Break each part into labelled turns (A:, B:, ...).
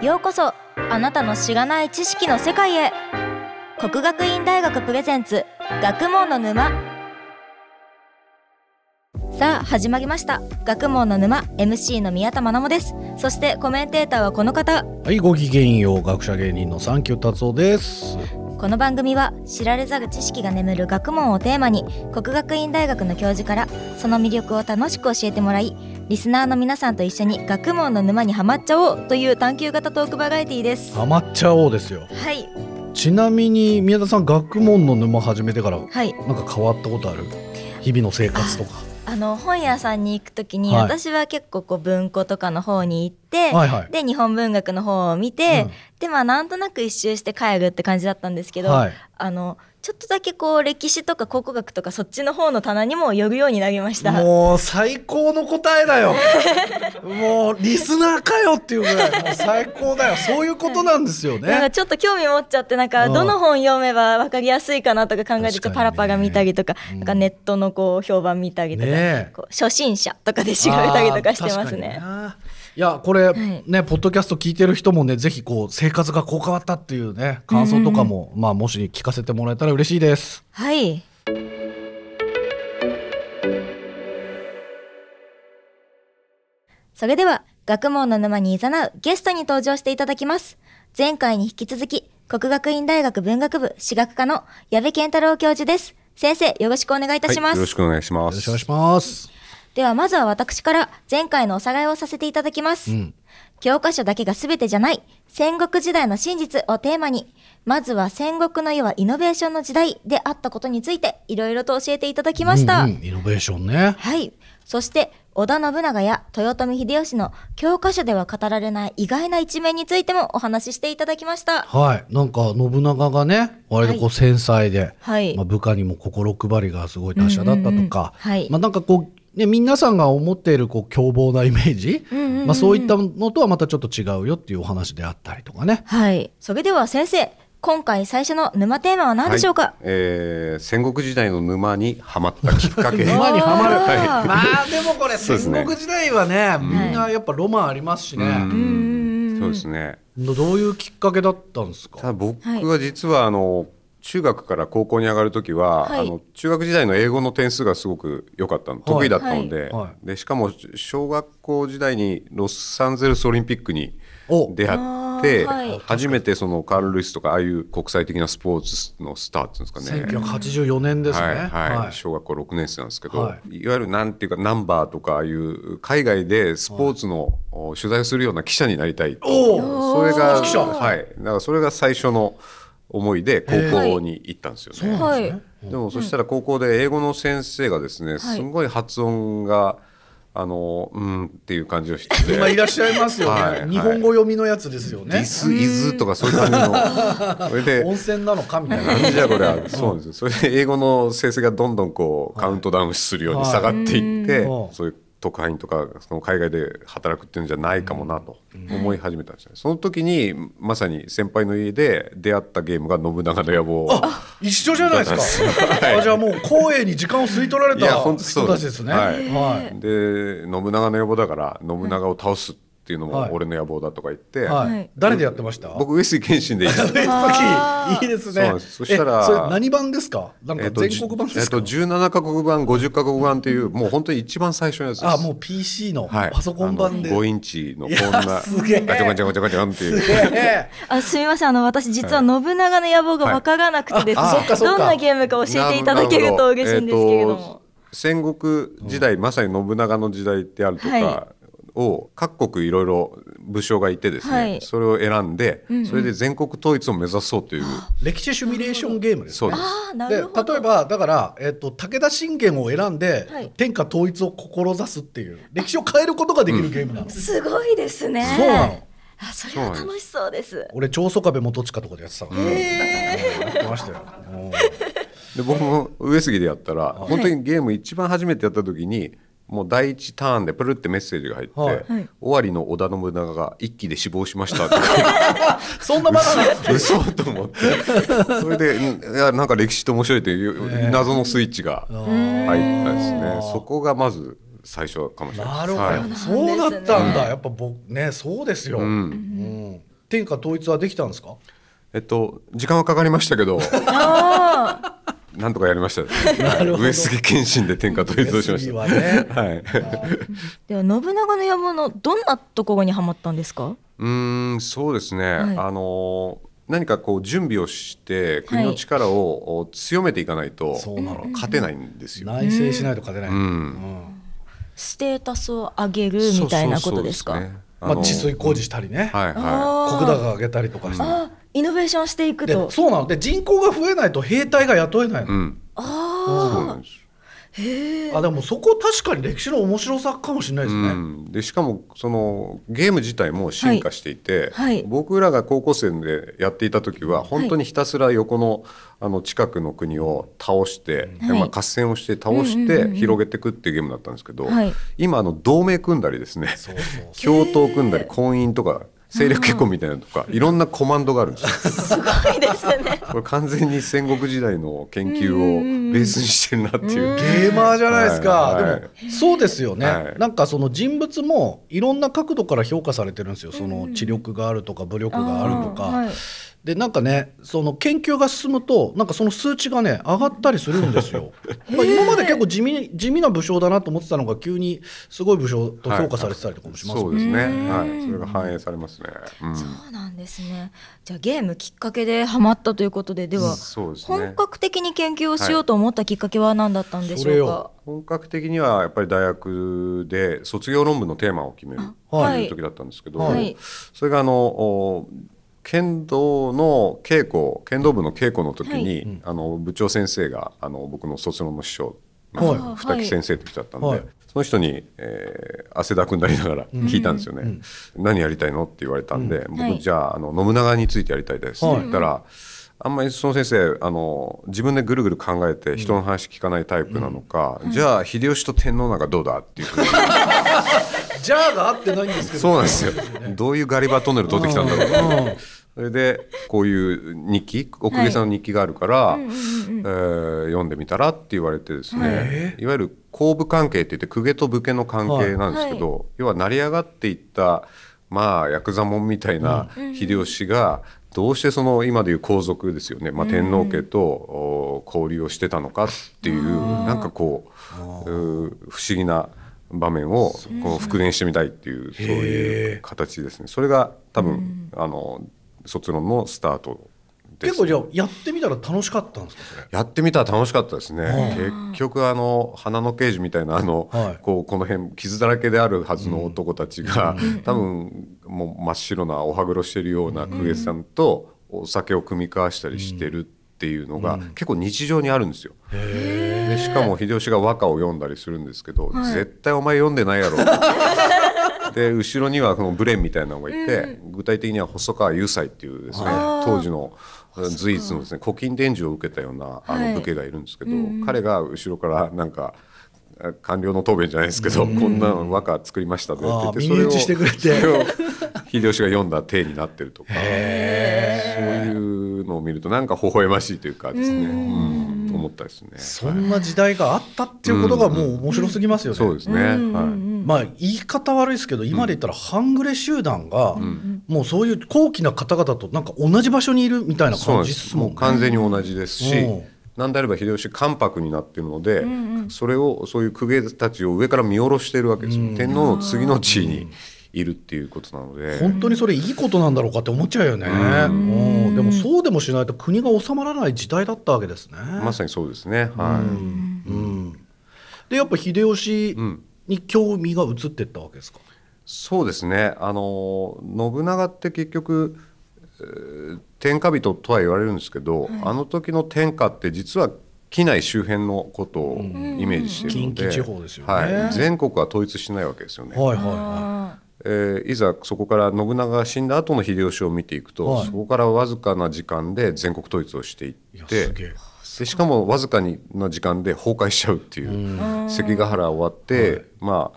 A: ようこそあなたのしがない知識の世界へ国学院大学プレゼンツ学問の沼さあ始まりました学問の沼 MC の宮田真奈ですそしてコメンテーターはこの方
B: はい、ごきげんよう、学者芸人のサンキュー達夫です。
A: この番組は知られざる知識が眠る学問をテーマに国学院大学の教授からその魅力を楽しく教えてもらいリスナーの皆さんと一緒に学問の沼にはまっちゃおうという探究型トークバラエティーですは
B: ハマっちゃおうですよ。
A: い
B: ちなみに、宮田さん、学問の沼始めてから、なん
A: はい
B: か変わったことある。日々の生活とか。
A: あの本屋さんに行くときに、
B: はい
A: 私は結構こう文庫とかの方に行って、
B: はいはい。
A: で日本文学の方を見て、でまあなんとなく一周して帰るって感じだったんですけ
B: うん
A: ど、
B: はい。
A: あのちょっとだけこう歴史とか考古学とかそっちの方の棚にも寄るようになりました。
B: もう最高の答えだ よもうリスナーかよっていうぐらいもう最高だよそういうことなんですよ
A: なんか
B: ね
A: ちょっと興味持っちゃってなんか
B: うん
A: どの本読めば分かりやすいかなとか考えて
B: 確
A: ち
B: か
A: ょっと
B: にね
A: パラパラ見たりとか,、
B: うん
A: なんかネットのこう評判見たりとか、
B: ねえ
A: こう初心者とかで調べたりとかしてますね
B: あー確。かにないやこれ、
A: い
B: ねポッドキャスト聞いてる人もねぜひこう生活がこう変わったっていうね感想とかも、まあもし聞かせてもらえたら嬉しいです
A: はいそれでは学問の沼にいざなうゲストに登場していただきます前回に引き続き国学院大学文学部史学科の矢部健太郎教授です先生よろしくお願いいたします、
C: はい、よろしくお願いしま
B: よ
C: す。
B: ろしくお願いします
A: ではまずは私から前回のおさらいをさせていただきます、
B: うん
A: 教科書だけが全てじゃない戦国時代の真実をテーマにまずは戦国の世はイノベーションの時代であったことについていろいろと教えていただきました、
B: うんうんイノベーションね
A: はいそして織田信長や豊臣秀吉の教科書では語られない意外な一面についてもお話ししていただきました
B: はいなんか信長がね割とこ
A: は
B: う繊細で、
A: はい
B: まあ、部下にも心配りがすごい達者だった
A: うんうんう
B: と
A: ん
B: か、
A: はい
B: まあ、なんかこう、ね、皆さんが思っているこう凶暴なイメージ、
A: うんうんうんうん
B: まあ、そういったのとはまたちょっと違うよっていうお話であったりとかね。
A: はいそれでは先生今回最初の沼テーマは何でしょうか、
C: はいえー戦国時代の沼にはまったきっかけ。
B: 沼にはまる
A: あー
B: まあでもこれ
C: そうです
B: 戦
C: ね
B: 国時代はねみ
A: ん
B: んなやっぱロマンありますしね、
C: うんそうですね。
B: どどういうきっかけだったんです
C: た
B: か
C: だ僕は実はあの、中学から高校に上がるときは、
A: はい
C: あの中学時代の英語の点数がすごく良かったの、得意だったので,、
B: はいは
C: でしかも小学校時代にロサンゼルスオリンピックに
B: お
C: 出会って、
A: あーはい
C: 初めてそのカール・ルイスとかああいう国際的なスポーツのスターっていうんですかね、
B: 1984年ですね、
C: はいはい小学校6年生なんですけど、、
B: はい
C: わゆるなんていうかナンバーとかああいう海外でスポーツの、お取材をするような記者になりたい
B: お
C: それが
B: スポーツ記者
C: はい、だからそれが最初の思いで高校に行ったんですよね。
A: はい、
C: でもそしたら高校で英語の先生がですね、すんごい発音があのうんっていう感じをしてて。
B: 今いらっしゃいますよね、
C: はいはい
B: 日本語読みのやつですよ
C: デ
B: ね
C: ィスイズとかそういう感じ の、それで
B: 温泉なのかみたいな
C: なんじゃこりゃそうなんですよそれで英語の成績がどんどんこうカウントダウンするように下がっていって、
B: はい
C: そういう特派員とかその海外で働くっていうんじゃないかもなと思い始めたんですよね、その時にまさに先輩の家で出会ったゲームが「信長の野望」
B: 一緒じゃないですか、あじゃあもう光栄に時間を吸い取られ
C: いやほ
B: た
C: んとそう
B: 人たちですね
C: はい
B: はい
C: で信長の野望だから信長を倒すっていうの
B: はい
C: も俺の野望だとか言って、
B: はい
A: はい
B: 誰でやってました
C: 僕上杉謙信でい
B: え
C: い
B: さっきいいです
C: そう
B: ね
C: なんですそしたら
B: えそれ何版ですかなんか
C: えっと
B: 全国版で
C: えっ
B: すか、
C: と17カ国版50カ国版っていうもう本当に一番最初のやつです
B: あもう PC の
C: はい、
B: パソコン版で、
C: あの5インチのこん
B: いや
C: な
B: すげえ
C: ガチャガチャガチャガチャンっていう
B: ええ
A: あすみませんあの私実は信長の野望が分からなくてですね、
B: はいあそっかそっ
A: ど
B: か
A: んなゲームか教えていただけると嬉しいんですけれども
C: なるほえーと、戦国時代、まさに信長の時代ってあるとか、
A: は
C: を各国いろいろ武将がいてですね、
A: はい
C: それを選んで、それで全国統一を目指そうという、
B: 歴史シミュレーションゲームです
C: そうです
A: ああな
B: で
A: るほど
B: 例えばだから、えっと武田信玄を選んで、
A: はい
B: 天下統一を志すっていう歴史を変えることができるゲームなの、そ
A: すごいですね
B: うなの
A: あそれは楽しそうです
B: 俺長宗我部元親とかでやってたから、やってましたようん
C: で僕も上杉でやったら本当にゲーム一番初めてやった時にもう第一ターンでプルってメッセージが入って「
B: はい
C: 終わりの織田信長が一気で死亡しました」とか
B: そんなまだな
C: 嘘と思ってそれでうんいやなんか歴史って面白いという謎のスイッチが入ったですねそこがまず最初かもしれない
B: な
C: で
B: る
C: す
B: ほど、
C: はい
B: そうだったんだ、やっぱ僕ねそうですよ、うん天下統一はできたんですか
C: えっと時間はかかりましたけど
A: あー
C: なんとかやりました
B: なるほど
C: 上杉謙信で天下統一をしまし
B: 上杉
C: た
B: はね
C: はい
A: では信長の野望のどんなところにはまったんですか
C: うーんそうですね、
A: はい
C: あのー何かこう準備をして国
A: は
C: の
A: い
C: 力をお強めていかないと
B: そうなの
C: 勝てないんですよ。
B: 内政しないと勝てない、
C: うん
B: うん
A: ステータスを上げる
C: そうそう
A: みたいなことですか
C: そうね
B: まあ
C: のー
B: 治水工事したりね、
C: はいは
A: あー
B: 石高上げたりとかして、
A: あーイノベーションしていく
B: で
A: と
B: そうなので人口が増えないと兵隊が雇えない
C: い。う
B: の、
C: ん。そう
A: あ
C: なんですよ。
B: あでもそこ確かに歴史の面白さかもしれないですね、
C: うん、でしかもそのゲーム自体も進化してい
A: は
C: て、
A: いはい
C: 僕らが高校生でやっていた時は本当にひたすら横のあの近くの国を倒して、
A: はい
C: まあ、合戦をして倒し
A: うんうんうんう
C: て
A: ん
C: 広げていくっていうゲームだったんですけど、
A: はい
C: 今あの同盟組んだりです ね
B: そうそうそ
C: 共闘組んだり婚姻とか政略結婚みたいなのとかいろんなコマンドがあるんですよ。
A: あいいですね
C: これ完全に戦国時代の研究をベースにしてるなっていう
B: うゲーマーじゃないですか、
C: はいはい
B: でもそうですよね、
C: はい
B: なんかその人物もいろんな角度から評価されてるんですよその知力があるとか武力があるとか、
A: あーはい
B: でなんかねその研究が進むとなんかその数値がね上がったりするんですよ、まあ、今まで結構地味に地味な武将だなと思ってたのが急にすごい武将と評価されてたりとかもします
C: そ
B: も
C: うん
B: ね、
C: ですね。
A: うん
C: はい、それが反映されますね。うん
A: そうなんですねじゃあゲームきっかけでハマったということででは、
C: そうですね
A: 本格的に研究をしようと思ったきっかけは何だったんでしょうか、
C: 本格的にはやっぱり大学で卒業論文のテーマを決めると
A: はい
C: いう時だったんですけど、
A: はい
C: それがあのお剣道の稽古剣道部の稽古の時に、
A: はい
B: ん
C: あの部長先生があの僕の卒論の師匠
B: はい
C: の二木先生って人だったんで、
B: はい
C: その人に、えー汗だくになりながら聞いたんですよね、何やりたいのって言われたんで、僕、
A: はい
C: じゃああの信長についてやりたいですって言ったら、あんまりその先生あの自分でぐるぐる考えて人の話聞かないタイプなのか、じゃあ秀吉と天皇なんかどうだっていうふうに
B: じゃあが合ってないんですけど
C: そうなんですよ どういうガリバートンネル通ってきたんだろう
B: うん
C: それでこういう日記奥下さんの日記があるから、えー読んでみたらって言われてですね、いわゆる公部関係って言って公家と武家の関係なんですけど、要は成り上がっていったまあヤクザモンみたいな秀吉がどうしてその今でいう皇族ですよね、まあ、天皇家とお交流をしてたのかっていう、なんかこううー不思議な場面をこう復元してみたいっていうそういう形ですね。それが多分、あの卒論のスタートです、ね。
B: 結構じゃあやってみたら楽しかったんですかそれ
C: やってみたら楽しかったですね。結局あの花の刑事みたいなあの、
B: はい
C: こうこの辺傷だらけであるはずの男たちが、多分もう真っ白なお歯黒してるような公家さんとお酒を組み交わしたりしてるっていうのが、結構日常にあるんですよ。でしかも秀吉が和歌を読んだりするんですけど、絶対お前読んでないやろ。 で後ろにはこのブレンみたいなのがいて、具体的には細川雄斎っていうですね
A: あー
C: 当時の随一のですね古今伝授を受けたようなあ
A: はい
C: の武家がいるんですけど、彼が後ろからなんかあ官僚の答弁じゃないですけど、こんなの和歌作りましたって言って
B: あー耳打ちしてくれて
C: それを秀吉が読んだ体になってるとかそういうのを見るとなんか微笑ましいというかですね、うん思ったですね。
B: そんな時代があったっていうことがもう面白すぎますよね、
C: そうですね、はい
B: まあ言い方悪いですけど今で言ったら半グレ集団が、もうそういう高貴な方々となんか同じ場所にいるみたいな
C: そう
B: 感
C: なん
B: じ
C: で
B: ですすも
C: も
B: ん
C: う
B: ね
C: 完全に同じですし、
B: うん
C: なんであれば秀吉関白になっているので、それをそういう公家たちを上から見下ろしているわけですよ、天皇の次の地位にいるっていうことなので、
B: 本当にそれいいことなんだろうかって思っちゃうよね、うんでもそうでもしないと国が収まらない時代だったわけですね、
C: まさにそうですね、はい
B: でやっぱ秀吉に興味が移ってったわけですか、
C: そうですねあの信長って結局えー天下人とは言われるんですけど、あの時の天下って実は畿内周辺のことをイメージしているの
B: 近
C: で、
B: 畿地方ですよね
C: はい、全国は統一しないわけですよね。
B: はいはいは
C: えーいざそこから信長が死んだ後の秀吉を見ていくと、
B: はい
C: そこからわずかな時間で全国統一をしていっ
B: いいや
C: て
B: すげえ
C: でしかもわずかにな時間で崩壊しちゃうっていう、関ヶ原終わって、ま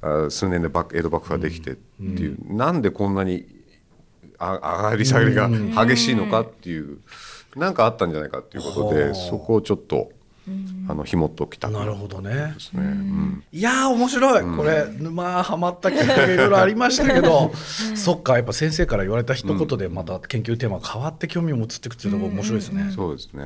C: ああー数年で幕江戸幕府ができてっていう、なんでこんなにあ上がり下がりが激しいのかっていう、なんかあったんじゃないかっていうことで、そこをちょっとあの紐解きたく
B: なるほ
C: ど
B: どね
C: ですね。うん
B: いやー面白い、これ沼ハマったきっかけいろいろありましたけど、そっかやっぱ先生から言われた一言でまた研究テーマが変わって興味も移っていくっていうところ面白いですね、
C: そうですね。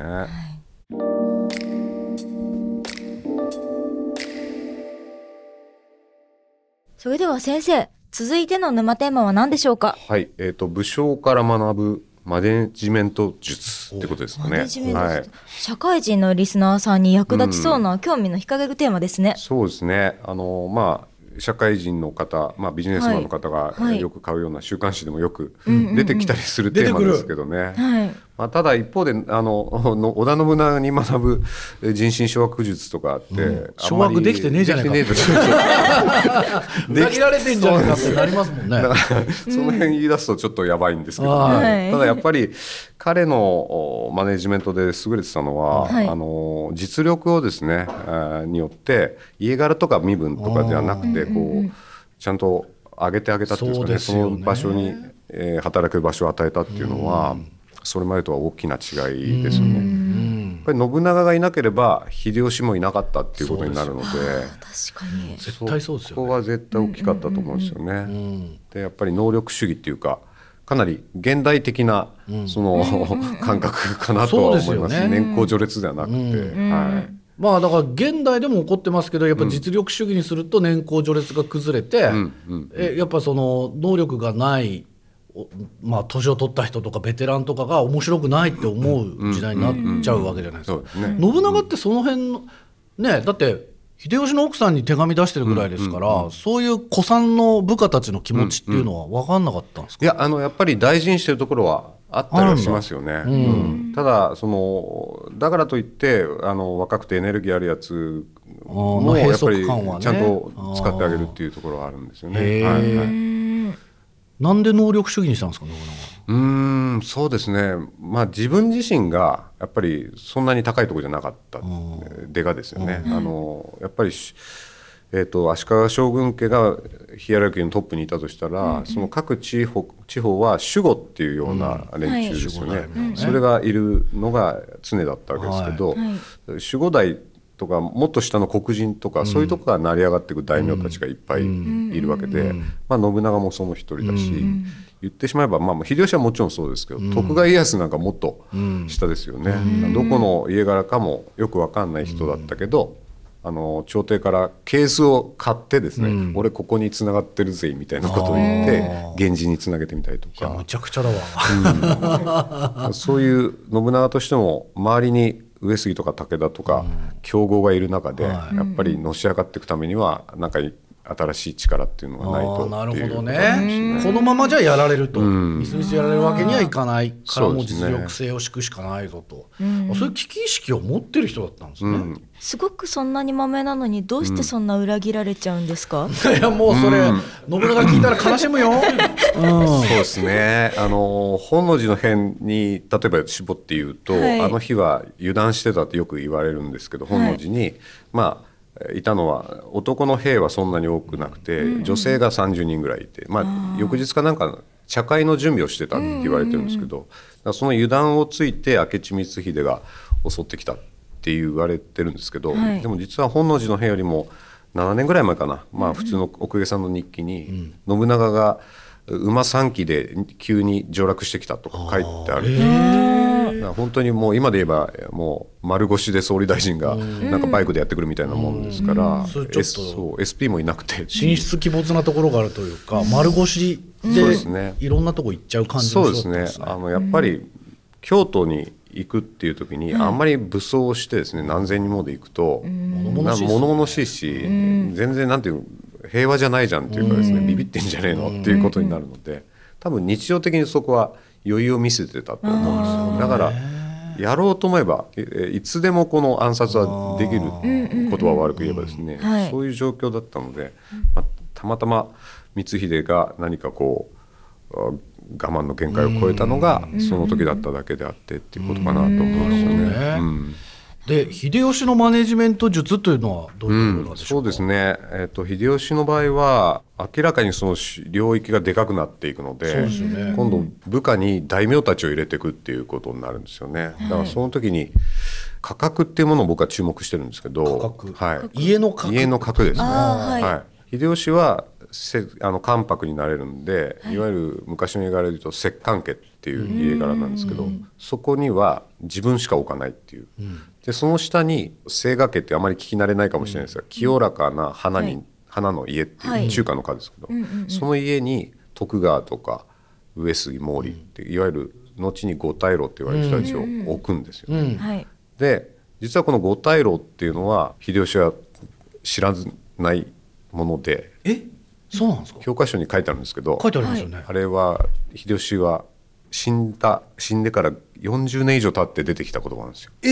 A: それでは先生続いての沼テーマは何でしょうか
C: はい、えっ、と武将から学ぶマネジメント術ってことですか
A: マ
C: ね。
A: ネジメント
C: は
A: です
C: い。
A: 社会人のリスナーさんに役立ちそうな興味の惹かれるテーマですね。
C: そうですね。あのまあ社会人の方、まあビジネスマンの方が
A: はいはい
C: よく買うような週刊誌でもよく
A: うんうんうん
C: 出てきたりするテーマですけどね。
A: はい。
C: まあただ一方であのの 織田信長に学ぶえー人心掌握術とかあって、
B: うん
C: あんまり
B: 掌握できてねえじゃねえか
C: できてねえぞ
B: 裏切られてんじゃないかってなりますもんね。
C: だから その辺言い出すとちょっとやばいんですけど、
B: はい
A: はい
C: ただやっぱり彼のおマネジメントで優れてたのは、
A: はい
C: あの実力をですね、えーによって家柄とか身分とかではなくてこう、ちゃんと上げてあげたっていうんですかね
B: そうですよね
C: その場所に、えー働く場所を与えたっていうのは、それまでとは大きな違いですよね。やっぱり信長がいなければ秀吉もいなかったっていうことになるので
A: 確かに。
B: 絶対そうですよね
C: こは絶対大きかったと思うんですよね。でやっぱり能力主義っていうかかなり現代的なその、感覚かなとは思います
B: そうですよね
C: 年功序列ではなくて、は
B: まあだから現代でも起こってますけどやっぱ実力主義にすると年功序列が崩れて、
C: んうん
B: えやっぱその能力がない、おまあ、年を取った人とかベテランとかが面白くないって思う時代になっちゃうわけじゃないで
C: い、
B: す
C: そう
B: か。
C: ですね、
B: 信長ってその辺のねだって秀吉の奥さんに手紙出してるぐらいですから、そういう古参の部下たちの気持ちっていうのは分かんなかったんですか、
C: いやあのやっぱり大事にしてるところはあったりはしますよね、うんただそのだからといってあの若くてエネルギーあるやつも
B: あー
C: やっぱ
B: 閉塞
C: り
B: 感はね
C: ちゃんと使ってあげるっていうところはあるんですよ
B: あーへ
C: ね。
B: ー
C: はいはいう
B: なんで能力主義にしたんですか信長は
C: うーんそうですね、まあ、自分自身がやっぱりそんなに高いところじゃなかった出がですよね、あのやっぱりし、えー、と足利将軍家がヒエラルキーのトップにいたとしたら、その各地方地方は守護っていうような連中ですよね、
B: はい守護大名ね
C: それがいるのが常だったわけですけど、
A: いはい
C: 守護代とかもっと下の黒人とか、そういうとこから成り上がっていく大名たちがいっぱいいるわけで、まあ、信長もその一人だし、言ってしまえば、まあ、秀吉はもちろんそうですけど、徳川家康なんかもっと下ですよね、どこの家柄かもよく分かんない人だったけど、あの朝廷からケースを買ってですね、俺ここに繋がってるぜみたいなことを言って源氏に繋げてみたりと
B: いやむ
C: か
B: ちゃくちゃだわ、
C: そういう信長としても周りに上杉とか武田とか強豪がいる中で、
B: は
C: やっぱりのし上がっていくためにはなんか新しい力っていうのがな
B: あ
C: いと
B: ーなる
C: ってい
B: ほ
C: う
B: ど
C: ことなんです
B: ね。このままじゃやられると、
C: ん
B: みすみすやられるわけにはいかないから、
C: そう
B: もう
C: ですね
B: 実力性を敷くしかないぞと、あそういう危機意識を持ってる人だったんですね。
A: すごくそんなにマメなのにどうしてそんな裏切られちゃうんですか？
B: いやもうそれ、信長聞いたら悲しむよ。
C: そうですね。あの本能寺の変に例えば絞って言うと、
A: はい
C: あの日は油断してたってよく言われるんですけど、本能寺に、まあ。いたのは男の兵はそんなに多くなくて、女性が30人ぐらいいて、まあ、翌日かなんか茶会の準備をしてたって言われてるんですけど、だからその油断をついて明智光秀が襲ってきたって言われてるんですけど、
A: はい
C: でも実は本能寺の変よりも7年ぐらい前かな、まあ、普通の奥家さんの日記に、信長が馬3騎で急に上洛してきたと書いてあるだから本当にもう今で言えばもう丸腰で総理大臣がなんかバイクでやってくるみたいなもんですから、
B: んそれちょっと
C: S- そう SP もいなくて
B: 進出鬼没なところがあるというか、丸腰
C: そうで
B: です
C: ね
B: いろんなとこ行っちゃう感じの
C: そ
B: 人
C: う
B: だ
C: で
B: った
C: す
B: ん
C: ね
B: ですね。
C: あのやっぱり京都に行くっていう時にあんまり武装をしてですね何千人もで行くと
B: 々
C: な
B: しいですね
C: 物々しいし全然なんていう平和じゃないじゃんっていうかですねビビってんじゃねえのっていうことになるので多分日常的にそこは余裕を見せてたと思うんですよだからやろうと思えばえいつでもこの暗殺はできることは悪く言えばですね
A: はい
C: そういう状況だったので、まあたまたま光秀が何かこうあ我慢の限界を超えたのがその時だっただけであってっていうことかなと思うんですよね。
B: なるほどね
C: うん
B: で秀吉のマネジメント術というのはどういうところなんでし
C: そ
B: ょ
C: う
B: うか、
C: ですね、えっと秀吉の場合は明らかにその領域がでかくなっていくので
B: そうですよね
C: 今度部下に大名たちを入れていくっていうことになるんですよね、だからその時に価格っていうものを僕は注目してるんですけど
B: 価格
C: はい、
B: 家の価格
C: 家の格ですね、
A: あーはい
C: 秀吉はせあの関白になれるんで、い、わゆる昔の絵柄で言うと摂関家っていう家柄なんですけどそこには自分しか置かないっていう、でその下に清賀家ってあまり聞き慣れないかもしれないですが、清らかな花に、
A: はい
C: 花の家っていう、
A: はい
C: 中華の家ですけど、その家に徳川とか上杉毛利っていわゆる後に五大老って言われる人たちを置くんですよね。
B: うん
A: はい
C: で実はこの五大老っていうのは秀吉は知らないもので
B: えそうなんですか
C: 教科書に書いてあるんですけど
B: 書いてありますよね、
C: あれは秀吉は死んだ死んでから40年以上経って出てきた言葉なんですよ
B: えー、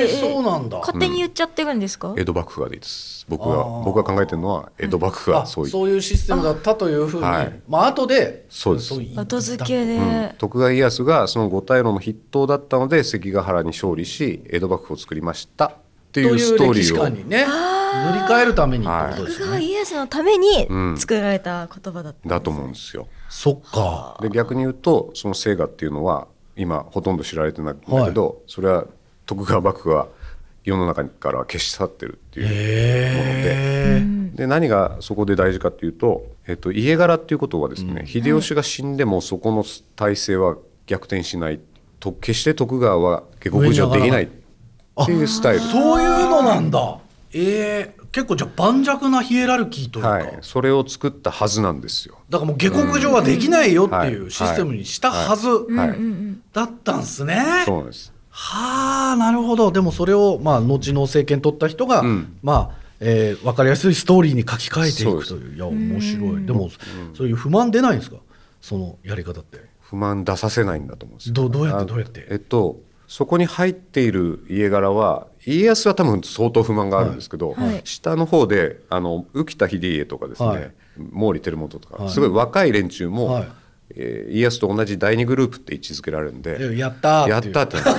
A: ええ
B: そうなんだ
A: 勝手に言っちゃってるんですか、
C: 江戸幕府がです僕
B: あ
C: が
B: ー
C: 僕が考えてるのは江戸幕府
B: あ
C: が
B: そ
C: そうう
B: いう
C: いう
B: システムだったというふうに、
C: はい
B: まあ後で
C: そうです
B: 言った
A: 後付けで、
C: 徳川家康がその五大老の筆頭だったので関ヶ原に勝利し江戸幕府を作りましたって
B: と
C: いうストーリ
B: 歴史
C: ーを
B: 観にね塗り替えるためにってことです
A: 徳
B: よ
A: 川
B: ね、
A: 家康のために
C: うん
A: 作られた言葉だった、
C: だと思うんですよ。
B: そっか
C: で逆に言うとその清賀っていうのは今ほとんど知られてないんだけど、それは徳川幕府が世の中から消し去ってるっていう。
B: へえ
C: で何がそこで大事かっていうと、えっと、家柄っていうことはですね、秀吉が死んでもそこの体制は逆転しないと決して徳川は下克上できないっていうスタイル。
B: そういうのなんだええ結構じゃあ盤石なヒエラルキーというか、
C: はい、それを作ったはずなんですよ。
B: だからもう下克上はできないよってい
C: は
B: う
C: い
B: システムにしたはず
C: はい
B: だったんですね、
C: そうなんです。
B: はあなるほどでもそれを、まあ、後の政権取った人が、
C: うん
B: まあえー、分かりやすいストーリーに書き換えていくと
C: そう
B: いういや面白いでもそういう不満出ないんですかそのやり方って
C: 不満出させないんだと思うんですよ
B: どどうやって
C: あ
B: どうやって
C: えっとそこに入っている家柄は家康は多分相当不満があるんですけ
A: は
C: ど、
A: いはい
C: 下の方であの浮田秀家とかですね、
B: はい
C: 毛利輝元とか、
B: はい
C: すごい若い連中も、
B: はい
C: えー家康と同じ第二グループって位置づけられるんで。
B: やったー
C: や
B: っ
C: って
B: いう
C: たってなる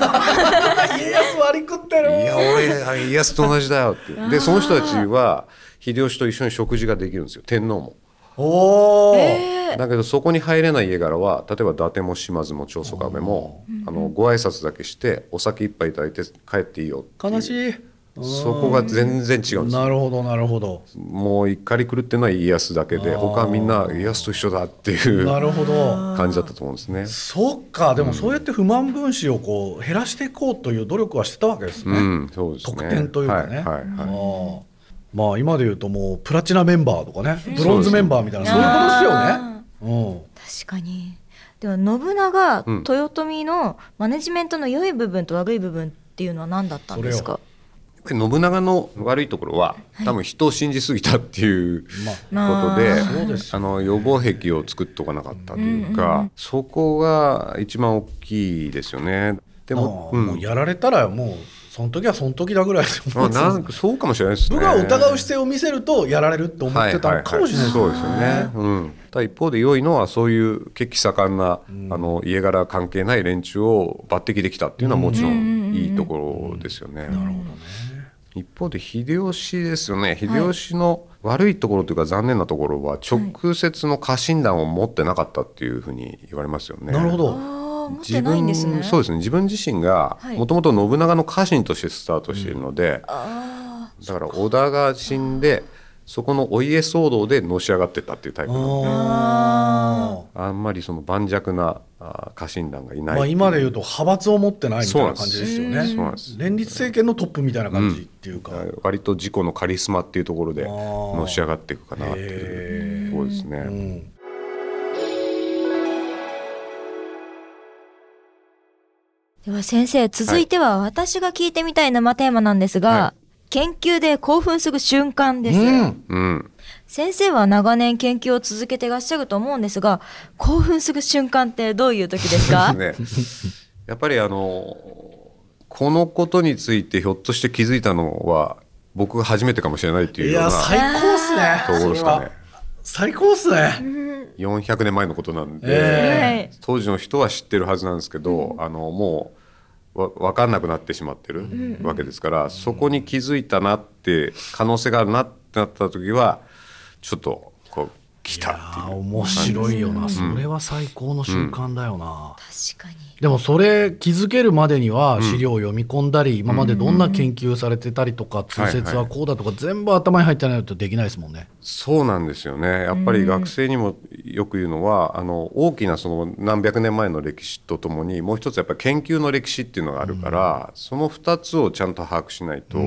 B: 家康割り食ってる
C: いや俺あ家康と同じだよってでその人たちは秀吉と一緒に食事ができるんですよ天皇も
B: おお、
C: だけどそこに入れない家柄は例えば伊達も島津も長宗我部もあのご挨拶だけしてお酒一杯いただいて帰っていいよっていう
B: 悲しい
C: そこが全然違うんですよ
B: なるほどなるほど
C: もう怒り狂ってるのは家康だけで他はみんな家康と一緒だっていう
B: なるほど
C: 感じだったと思うんですね。
B: そっかでもそうやって不満分子をこう減らしていこうという努力はしてたわけですね、
C: うん、そうですね。
B: 特典というかね、
C: はいはいはい
B: ああまあ今で言うともうプラチナメンバーとかねブロンズメンバーみたいなそういうことで
A: 確かにでは信長、
C: うん
A: 豊臣のマネジメントの良い部分と悪い部分っていうのは何だったんですか
C: やっぱり信長の悪いところは多分人を信じすぎたっていうことで、
A: まあ
B: そうです
C: あの予防壁を作っとかなかったというか、そこが一番大きいですよね。です
B: よね、ま
C: も
B: あ、もうやられたらもうその時はその時だぐらいで思
C: まあ、
B: ってた
C: なんかそうかもしれないですね。
B: 部下を疑う姿勢を見せるとやられるって思ってたのかもしれない
C: はいはいはい、そうですよね。うん、ただ一方で良いのはそういう血気盛んな、あの家柄関係ない連中を抜擢できたっていうのはもちろんいいところですよね。なるほどね。一方で秀吉ですよね秀吉の悪いところというか残念なところは直接の家臣団を持ってなかったっていうふうに言われますよね。
B: なるほど
A: ああ持って
C: 自
A: ないん
C: 分
A: ですね
C: そうですね自分自身が
A: はい
C: もともと信長の家臣としてスタートしているので、
A: あ
C: だから織田が死んでそこのお家騒動でのし上がってったっていうタイプなので
B: あ
C: あんまりその盤石なあー家臣団がい
B: あ
C: ない
B: まあ今で言う
C: と
B: と派閥を持ってないみたいな感じですよ
C: そうなん
B: ね
C: です
B: 連立政権のトップみたいな感じっていうか、
C: 割と自己のカリスマっていうところで
B: あー
C: のし上がっていくかなっていうところです
B: う
C: ね。
B: ん
A: では先生続いては私が聞いてみたい生テーマなんですが、
C: は
A: 研究で興奮する瞬間です、
B: うん
C: うん、
A: 先生は長年研究を続けていらっしゃると思うんですが興奮する瞬間ってどういう時ですか
C: ですね。やっぱりあのこのことについてひょっとして気づいたのは僕が初めてかもしれないってい
B: いう
C: よう
B: や
C: な
B: 最高っすね
C: ところですかね
B: それは。最高っすね
C: 400年前のことなんで、
B: え
A: はい
C: 当時の人は知ってるはずなんですけど、あのもうわ分かんなくなってしまってるわけですから、そこに気づいたなって可能性があるなってなった時はちょっとこう来たっていう
B: あー面白いよな、それは最高の瞬間だよな、
A: 確かに
B: でもそれ気づけるまでには資料を読み込んだり、今までどんな研究されてたりとか、通説はこうだとか、全部頭に入ってないとできないですもんね。
C: そうなんですよねやっぱり学生にもよく言うのは、あの大きなその何百年前の歴史とともにもう一つやっぱり研究の歴史っていうのがあるから、その2つをちゃんと把握しないと、あ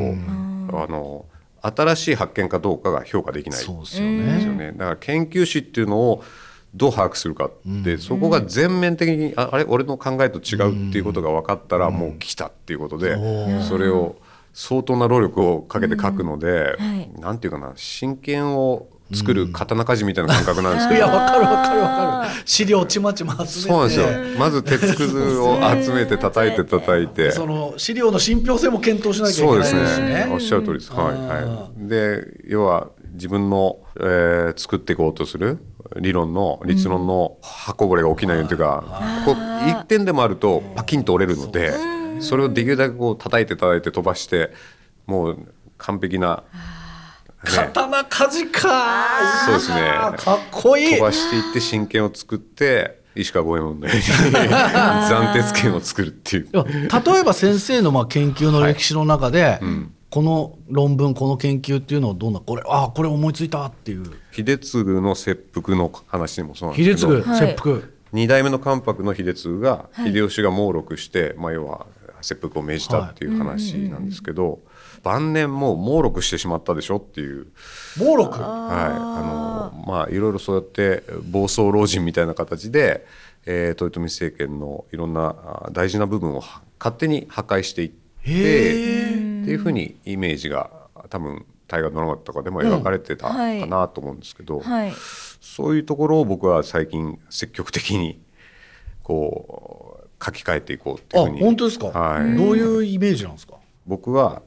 C: の新しい発見かどうかが評価できない
B: そうですよ
C: ですよ
B: ね。
C: ね、だから研究史っていうのをどう把握するかって、そこが全面的にああれ俺の考えと違うっていうことが分かったら、もう来たっていうことで、それを相当な労力をかけて書くので、
A: うんはい
C: なんていうかな真剣を作る刀鍛冶みたいな感覚なんです
B: い
C: けど、
B: や、わかるわかるわかる。資料ちまちま集
C: そ
B: め
C: うなんですよ
B: て。、
C: まず鉄くずを集めて叩いて叩いて。
B: その資料の信憑性も検討しなきゃい
C: そ
B: けな
C: うで
B: い
C: す
B: ですし
C: ね。おっ
B: ね。
C: しゃる通りです。はいはい。で要は自分の、えー作っていこうとする理論の立論の刃こぼれが起きないようにというか、こう一点でもあるとパキンと折れるので、それをできるだけこう叩いて叩いて飛ばして、もう完璧な。ね
B: 刀鍛冶か。
C: そうですね
B: かっこいい
C: 飛。ばしていって真剣を作って石川五右衛門のよう に暫定剣を作るっていう
B: でも例えば先生のまあ研究の歴史の中で、この論文この研究っていうのをどんなこれああこれ思いついたっていう
C: 秀次の切腹の話にもそうなんで
B: 秀
C: すけど
B: 次
A: はい
B: 切腹、
C: 二代目の関白の秀次が秀吉が猛禄して、まあ、要は切腹を命じたっていう話なんですけど、晩年もう猛禄してしまったでしょっていう、
B: 猛禄
C: はいあのまあ、いろいろそうやって暴走老人みたいな形で、えー豊臣政権のいろんなあ大事な部分をは勝手に破壊していって
B: へ
C: っていうふうにイメージが多分大河ドラマとかでも描かれてた
A: うんはい
C: かなと思うんですけど。
A: はい
C: そういうところを僕は最近積極的にこう書き換えていこうって
B: あ
C: いうふうに
B: 本当ですか、
C: はい、
B: どういうイメージなんですか
C: 僕は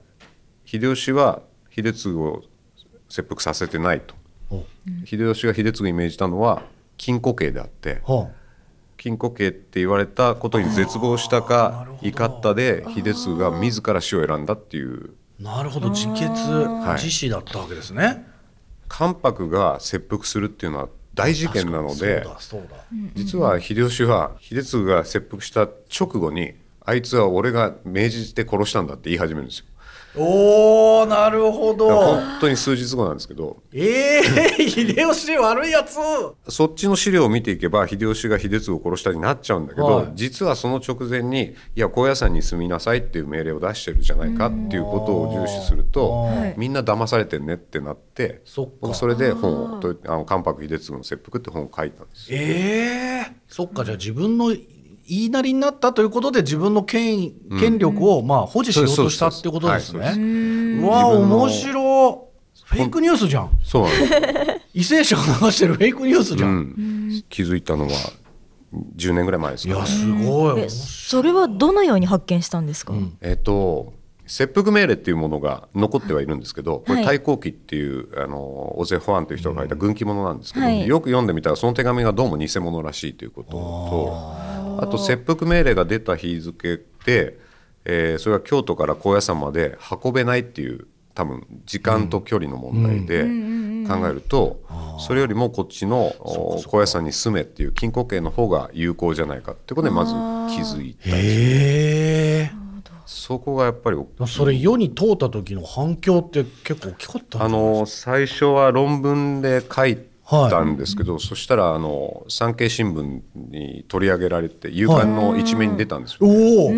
C: 秀吉は秀次を切腹させてないと
B: お
C: 秀吉が秀次に命じたのは禁錮刑であって
B: は
C: 禁錮刑って言われたことに絶望したか怒ったで秀次が自ら死を選んだっていう
B: あ、なるほど自決
C: い
B: 自死だったわけですね、
C: 関白が切腹するっていうのは大事件なので。
B: そうだそうだ、
C: 実は秀吉は秀次が切腹した直後にあいつは俺が命じて殺したんだって言い始めるんですよ。
B: おーなるほ
C: だから
B: ど
C: 本当に数日後なんですけど
B: ええー、 秀吉悪いやつ
C: そっちの資料を見ていけば秀吉が秀次を殺したになっちゃうんだけど、
B: はい
C: 実はその直前にいや高野山に住みなさいっていう命令を出してるじゃないかっていうことを重視すると
A: はい
C: みんな騙されてんねってなって
B: そっか
C: 僕それで本をとあの関白秀次の切腹って本を書いたんですよ。
B: ええそっかじゃあ自分の言いなりになったということで自分の権威権力をまあ保持しようとしたってことです
C: そうですそうです
B: ね
C: はい。
B: うわ
C: 自分の
B: 面白いフェイクニュースじゃん
C: そうなんです
B: 異性者が流してるフェイクニュースじゃ。
C: うんん、気づいたのは10年ぐらい前です
B: い
C: かね
B: やすごい
A: え。それはどのように発見したんですか、
C: えっと切腹命令っていうものが残ってはいるんですけどこれ「太閤記」っていう、あのオゼ・ファンという人が書いた軍記物なんですけど、
A: はい
C: よく読んでみたらその手紙がどうも偽物らしいということとあと切腹命令が出た日付で、えーそれは京都から高野山まで運べないっていう多分時間と距離の問題で考えると、それよりもこっちのお高野山に住めっていう禁錮刑の方が有効じゃないかってことでまず気づいた
B: へえ。
C: そこがやっぱり大きい
B: それ世に通った時の反響って結構大きかったんじゃない
C: あの最初は論文で書いたんですけど、そしたらあの産経新聞に取り上げられて夕刊の一面に出たんですよ、
B: おお。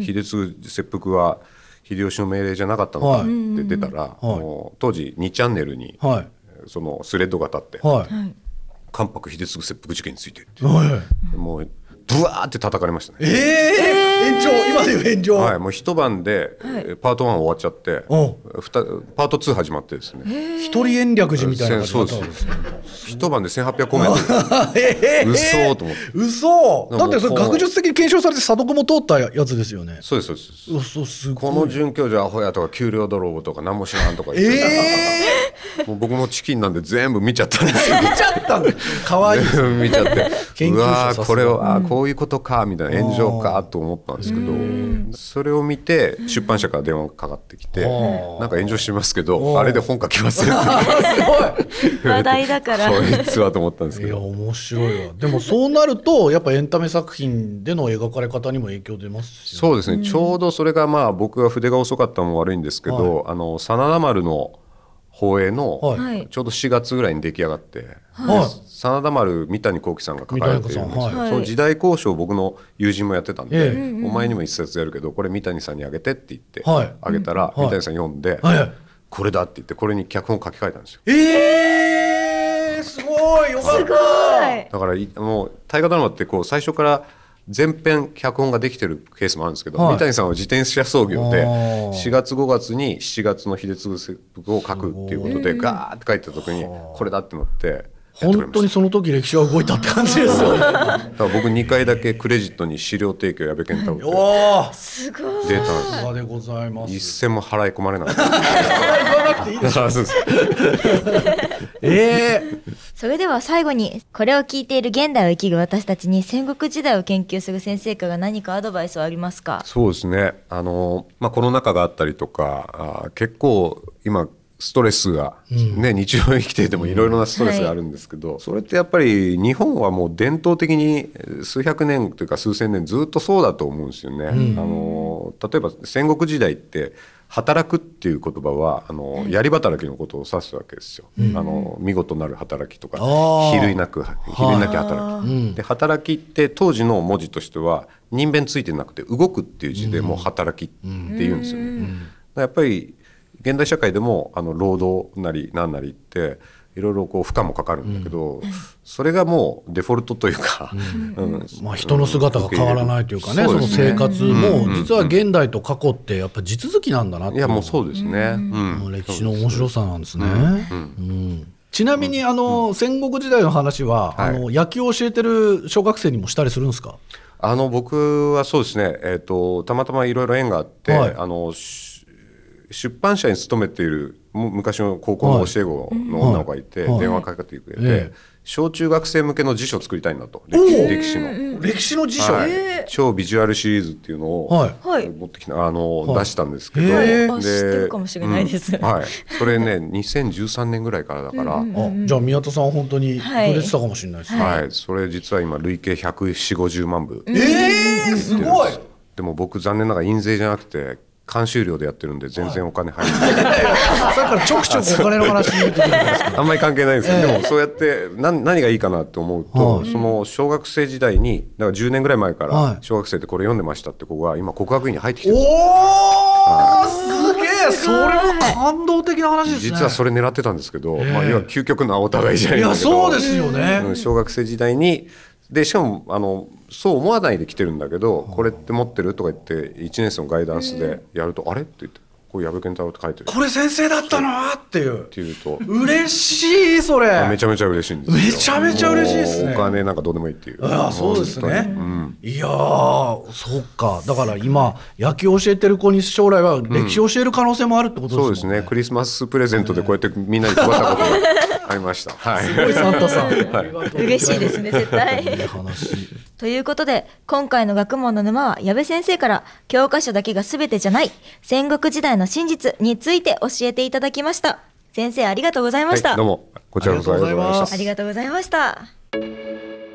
C: 秀次切腹は秀吉の命令じゃなかったのかって出たら、もう当時2チャンネルに、
B: はい
C: そのスレッドが立って
B: はい
C: 「関白秀次切腹事件について」って
B: はい。
C: もうブワーって叩かれましたね
B: ええ延長今で言う延長。
C: はい、もう一晩で、えパート1終わっちゃって
B: お
C: ふたパート2始まってですね、
B: 一人延暦寺みたいな感じだ
C: そう
B: ったわけ
C: で
B: です
C: す一晩で1800コメント 嘘と思って
B: 嘘
C: でも
B: だってそれ
C: こう
B: 学術的に検証されて査読も通ったやつですよね
C: そうですそうですそうで
B: 嘘
C: す
B: すご
C: こ
B: い
C: の准教授アホやとか給料泥棒とか何も知らんとか言ってたら、
B: ええ
C: もう僕もチキンなんで全部見ちゃったんですよ
B: ー、出ちゃったんだかわいい
C: 見ちゃっ
B: 研究
C: て
B: 者
C: う
B: さ
C: わ
B: すが
C: ーこれはあーこういうことかみたいな炎上かと思っったんですけど
A: うん
C: それを見て出版社から電話がかかってきて
B: あー
C: なんか炎上してますけ
B: お
C: ど
B: ー
C: あれで本書きますよって
B: あーす
A: 話題だから
C: こいつはと思ったんです
B: ごいい
C: け
B: や
C: ど
B: 面白いわでもそうなるとやっぱエンタメ作品での描かれ方にも影響出ますよね
C: そうですね、ちょうどそれがまあ僕が筆が遅かったのも悪いんですけど、あの真田丸の放映の、
B: はい
A: はい
C: ちょうど4月ぐらいに出来上がって、
B: はい
C: で真田丸三谷幸喜さんが書かれているんです
B: 三谷幸喜さん
A: はい
C: その時代交渉を僕の友人もやってたんで、
B: ええ
C: お前にも一冊やるけどこれ三谷さんにあげてって言って、
B: はい
C: あげたら、
B: うん
C: 三谷さん読んで、
B: はい
C: これだって言ってこれに脚本書き換えたんですよ
B: えー、すごいよかった
C: だからいもう大河ドラマってこう最初から前編脚本ができてるケースもあるんですけど、
B: はい
C: 三谷さんは自転車操業で
B: あー
C: 4月5月に7月の秀次を書くっていうことでガーって書いた時にこれだってなってやってくれ
B: 本
C: ま
B: 当に
C: し
B: その時歴史が動いたって感じですよ ね
C: ただから僕2回だけクレジットに資料提供矢部健 太郎って
B: おー
A: すごい
C: 出たんです
B: さすがでございます
C: 一銭も払い込ま れなかった
B: 言わなくていい
C: そうです
B: えー、
A: それでは最後にこれを聞いている現代を生きる私たちに戦国時代を研究する先生から何かアドバイスはありますか
C: そうですねあの、まあ、コロナ禍があったりとかあー結構今ストレスが、ね日常生きていてもいろいろなストレスがあるんですけど、それってやっぱり日本はもう伝統的にえー数百年というか数千年ずっとそうだと思うんですよね。あの例えば戦国時代って働くっていう言葉はあの、やり働きのことを指すわけですよ。あの見事なる働きとか
B: あー
C: 比類なく比類なき働き、で働きって当時の文字としては人弁ついてなくて動くっていう字でもう働きって言うんですよね。だからやっぱり現代社会でもあの労働なり何なりっていろいろこう負荷もかかるんだけど、それがもうデフォルトというか、うん
B: まあ、人の姿が変わらないというかね、
C: そ
B: そう
C: で
B: の
C: す
B: 生
C: ね
B: 活も、実は現代と過去って、やっぱ地続きなんだなって
C: いやもうそうですね。うん
B: う歴史の面白さなんですね。うんちなみに、あの、戦国時代の話は、
C: はい
B: あの、野球を教えてる小学生にもしたりするんですか。
C: あの僕はそうですね、えー、とたまたまいろいろ縁があって、
B: はい
C: あのし出版社に勤めているむ昔の高校の教え子の女の子がいて、
B: はい
C: 電話かけてくれて、
B: ええ
C: 小中学生向けの辞書を作りたいんだと歴
B: おお
C: 歴史の、
B: 歴史の辞
C: はい超ビジュアルシリーズっていうのを、
B: はい
A: はい
C: 持ってきたあの、
B: はい
C: 出したんですけど、
B: へえ
A: あ知ってるかもしれないです
C: うんはい、それね2013年ぐらいからだから。
B: あ、じゃあ、宮田さん、本当に触れてたかもしれないですね。
C: はい、それ実は今累計14050万部
B: ええ、すごい。
C: でも僕残念ながら印税じゃなくて監修料でやってるんで全然お金入らない、
B: さ っきからちょくちょくお金の話出てくるんですけど。
C: あんまり関係ないんですけど、でもそうやって何何がいいかなと思うと、
B: はい
C: その小学生時代にだから10年ぐらい前か
B: はい
C: ら小学生ってこれ読んでましたって子が今国学院に入ってきてるんですよ
B: おお、すげえ、それも感動的な話ですね。
C: 実はそれ狙ってたんですけど、まあ、要は究極の青互いじゃない
B: い
C: んだ
B: や、
C: けど
B: そうですよね。
C: うん小学生時代にでしかもあのそう思わないで来てるんだけどこれって持ってるとか言って1年生のガイダンスでやると、あれって言ってこう矢部健太郎って書いてるっ
B: これ先生だったなーっていう
C: ていうと
B: 嬉しいそれ
C: めちゃめちゃ嬉しいんですよ
B: めちゃめちゃ嬉しいですね
C: もうお金なんかどうでもいいっていう
B: ああそうですね、いやーそっかだから今野球を教えてる子に将来は歴史を教える可能性もあるってことですも
C: そ
B: ん
C: う
B: ね、
C: ですねクリスマスプレゼントでこうやってみんなに配ったことがありましたはい
B: すごいサンタさん、
A: 嬉しいですね絶対
B: いい話
A: ということで今回の学問の沼は矢部先生から教科書だけが全てじゃない戦国時代の真実について教えていただきました先生ありがとうございました、
C: はいどうもこちらこそありがとうございました
A: ありがとうございました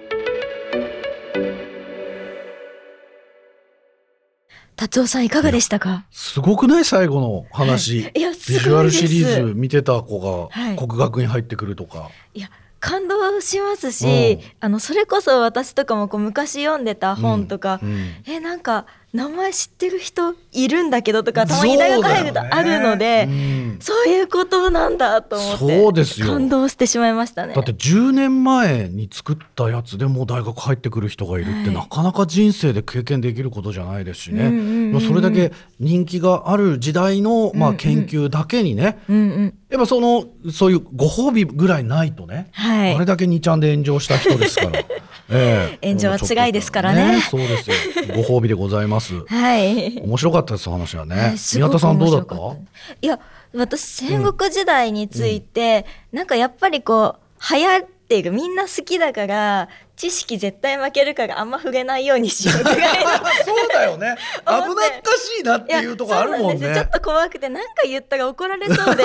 A: 達夫さんいかがでしたか
B: すごくない最後の話、
A: いやすごいです
B: ビジュアルシリーズ見てた子が
A: はい
B: 国学院入ってくるとか、
A: いや感動しますし、
B: うん
A: あのそれこそ私とかもこう昔読んでた本とか、
B: うん
A: えなんか名前知ってる人いるんだけどとかたまに大学入るとあるので
B: そうだよね
A: そういうことなんだと思って
B: そうですよ
A: 感動してしまいましたね
B: だって10年前に作ったやつでもう大学入ってくる人がいるって、なかなか人生で経験できることじゃないですしね、
A: うんうんうんうん
B: まあそれだけ人気がある時代の、まあ、研究だけにね、
A: うんうん
B: やっぱそのそういうご褒美ぐらいないとね、
A: はい
B: あれだけ2ちゃんで炎上した人です から、ええ
A: 炎上はつらいですからね
B: そうですよご褒美でございます
A: はい
B: 面白かったです話はね、
A: はいすご
B: 宮
A: く
B: 田さんどうだった
A: 面白か ったいや私戦国時代について、なんかやっぱりこう流行っていうかみんな好きだから知識絶対負けるからあんま触れないようにしようぐらいの
B: そうだよね
A: 思って
B: 危なっかしいな っていうとこあるもん
A: そうな
B: ね
A: ですよちょっと怖くて何か言ったら怒られそうで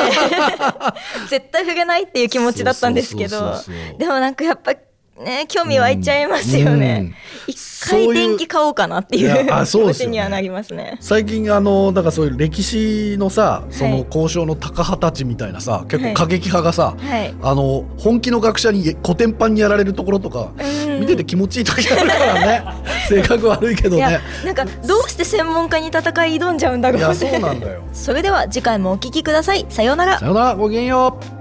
A: 絶対触れないっていう気持ちだったんですけ
B: そう
A: ど
B: そうそうそう
A: でもなんかやっぱね興味湧いちゃいますよ
B: うんう
A: ね
B: ん
A: 一回
B: そういう
A: 電気買おうかなってい
B: いうやあ
A: 気
B: そう
A: 持
B: です
A: ち
B: よね
A: にはなりますね
B: 最近あのだからそういう歴史のさそ
A: は
B: の
A: い
B: 交渉の高派たちみたいなさ結
A: は
B: 構
A: い
B: 過激派がさ、
A: はい
B: あの本気の学者にコテンパンにやられるところとか
A: うん
B: 見てて気持ちいい時あ るからね性格悪いけど
A: い
B: ね
A: やなんかどうして専門家に戦い挑んじゃうんだろ
B: いうや
A: って
B: そうなんだよ
A: それでは次回もお聞きくださいさようなら
B: さよならごきげんよう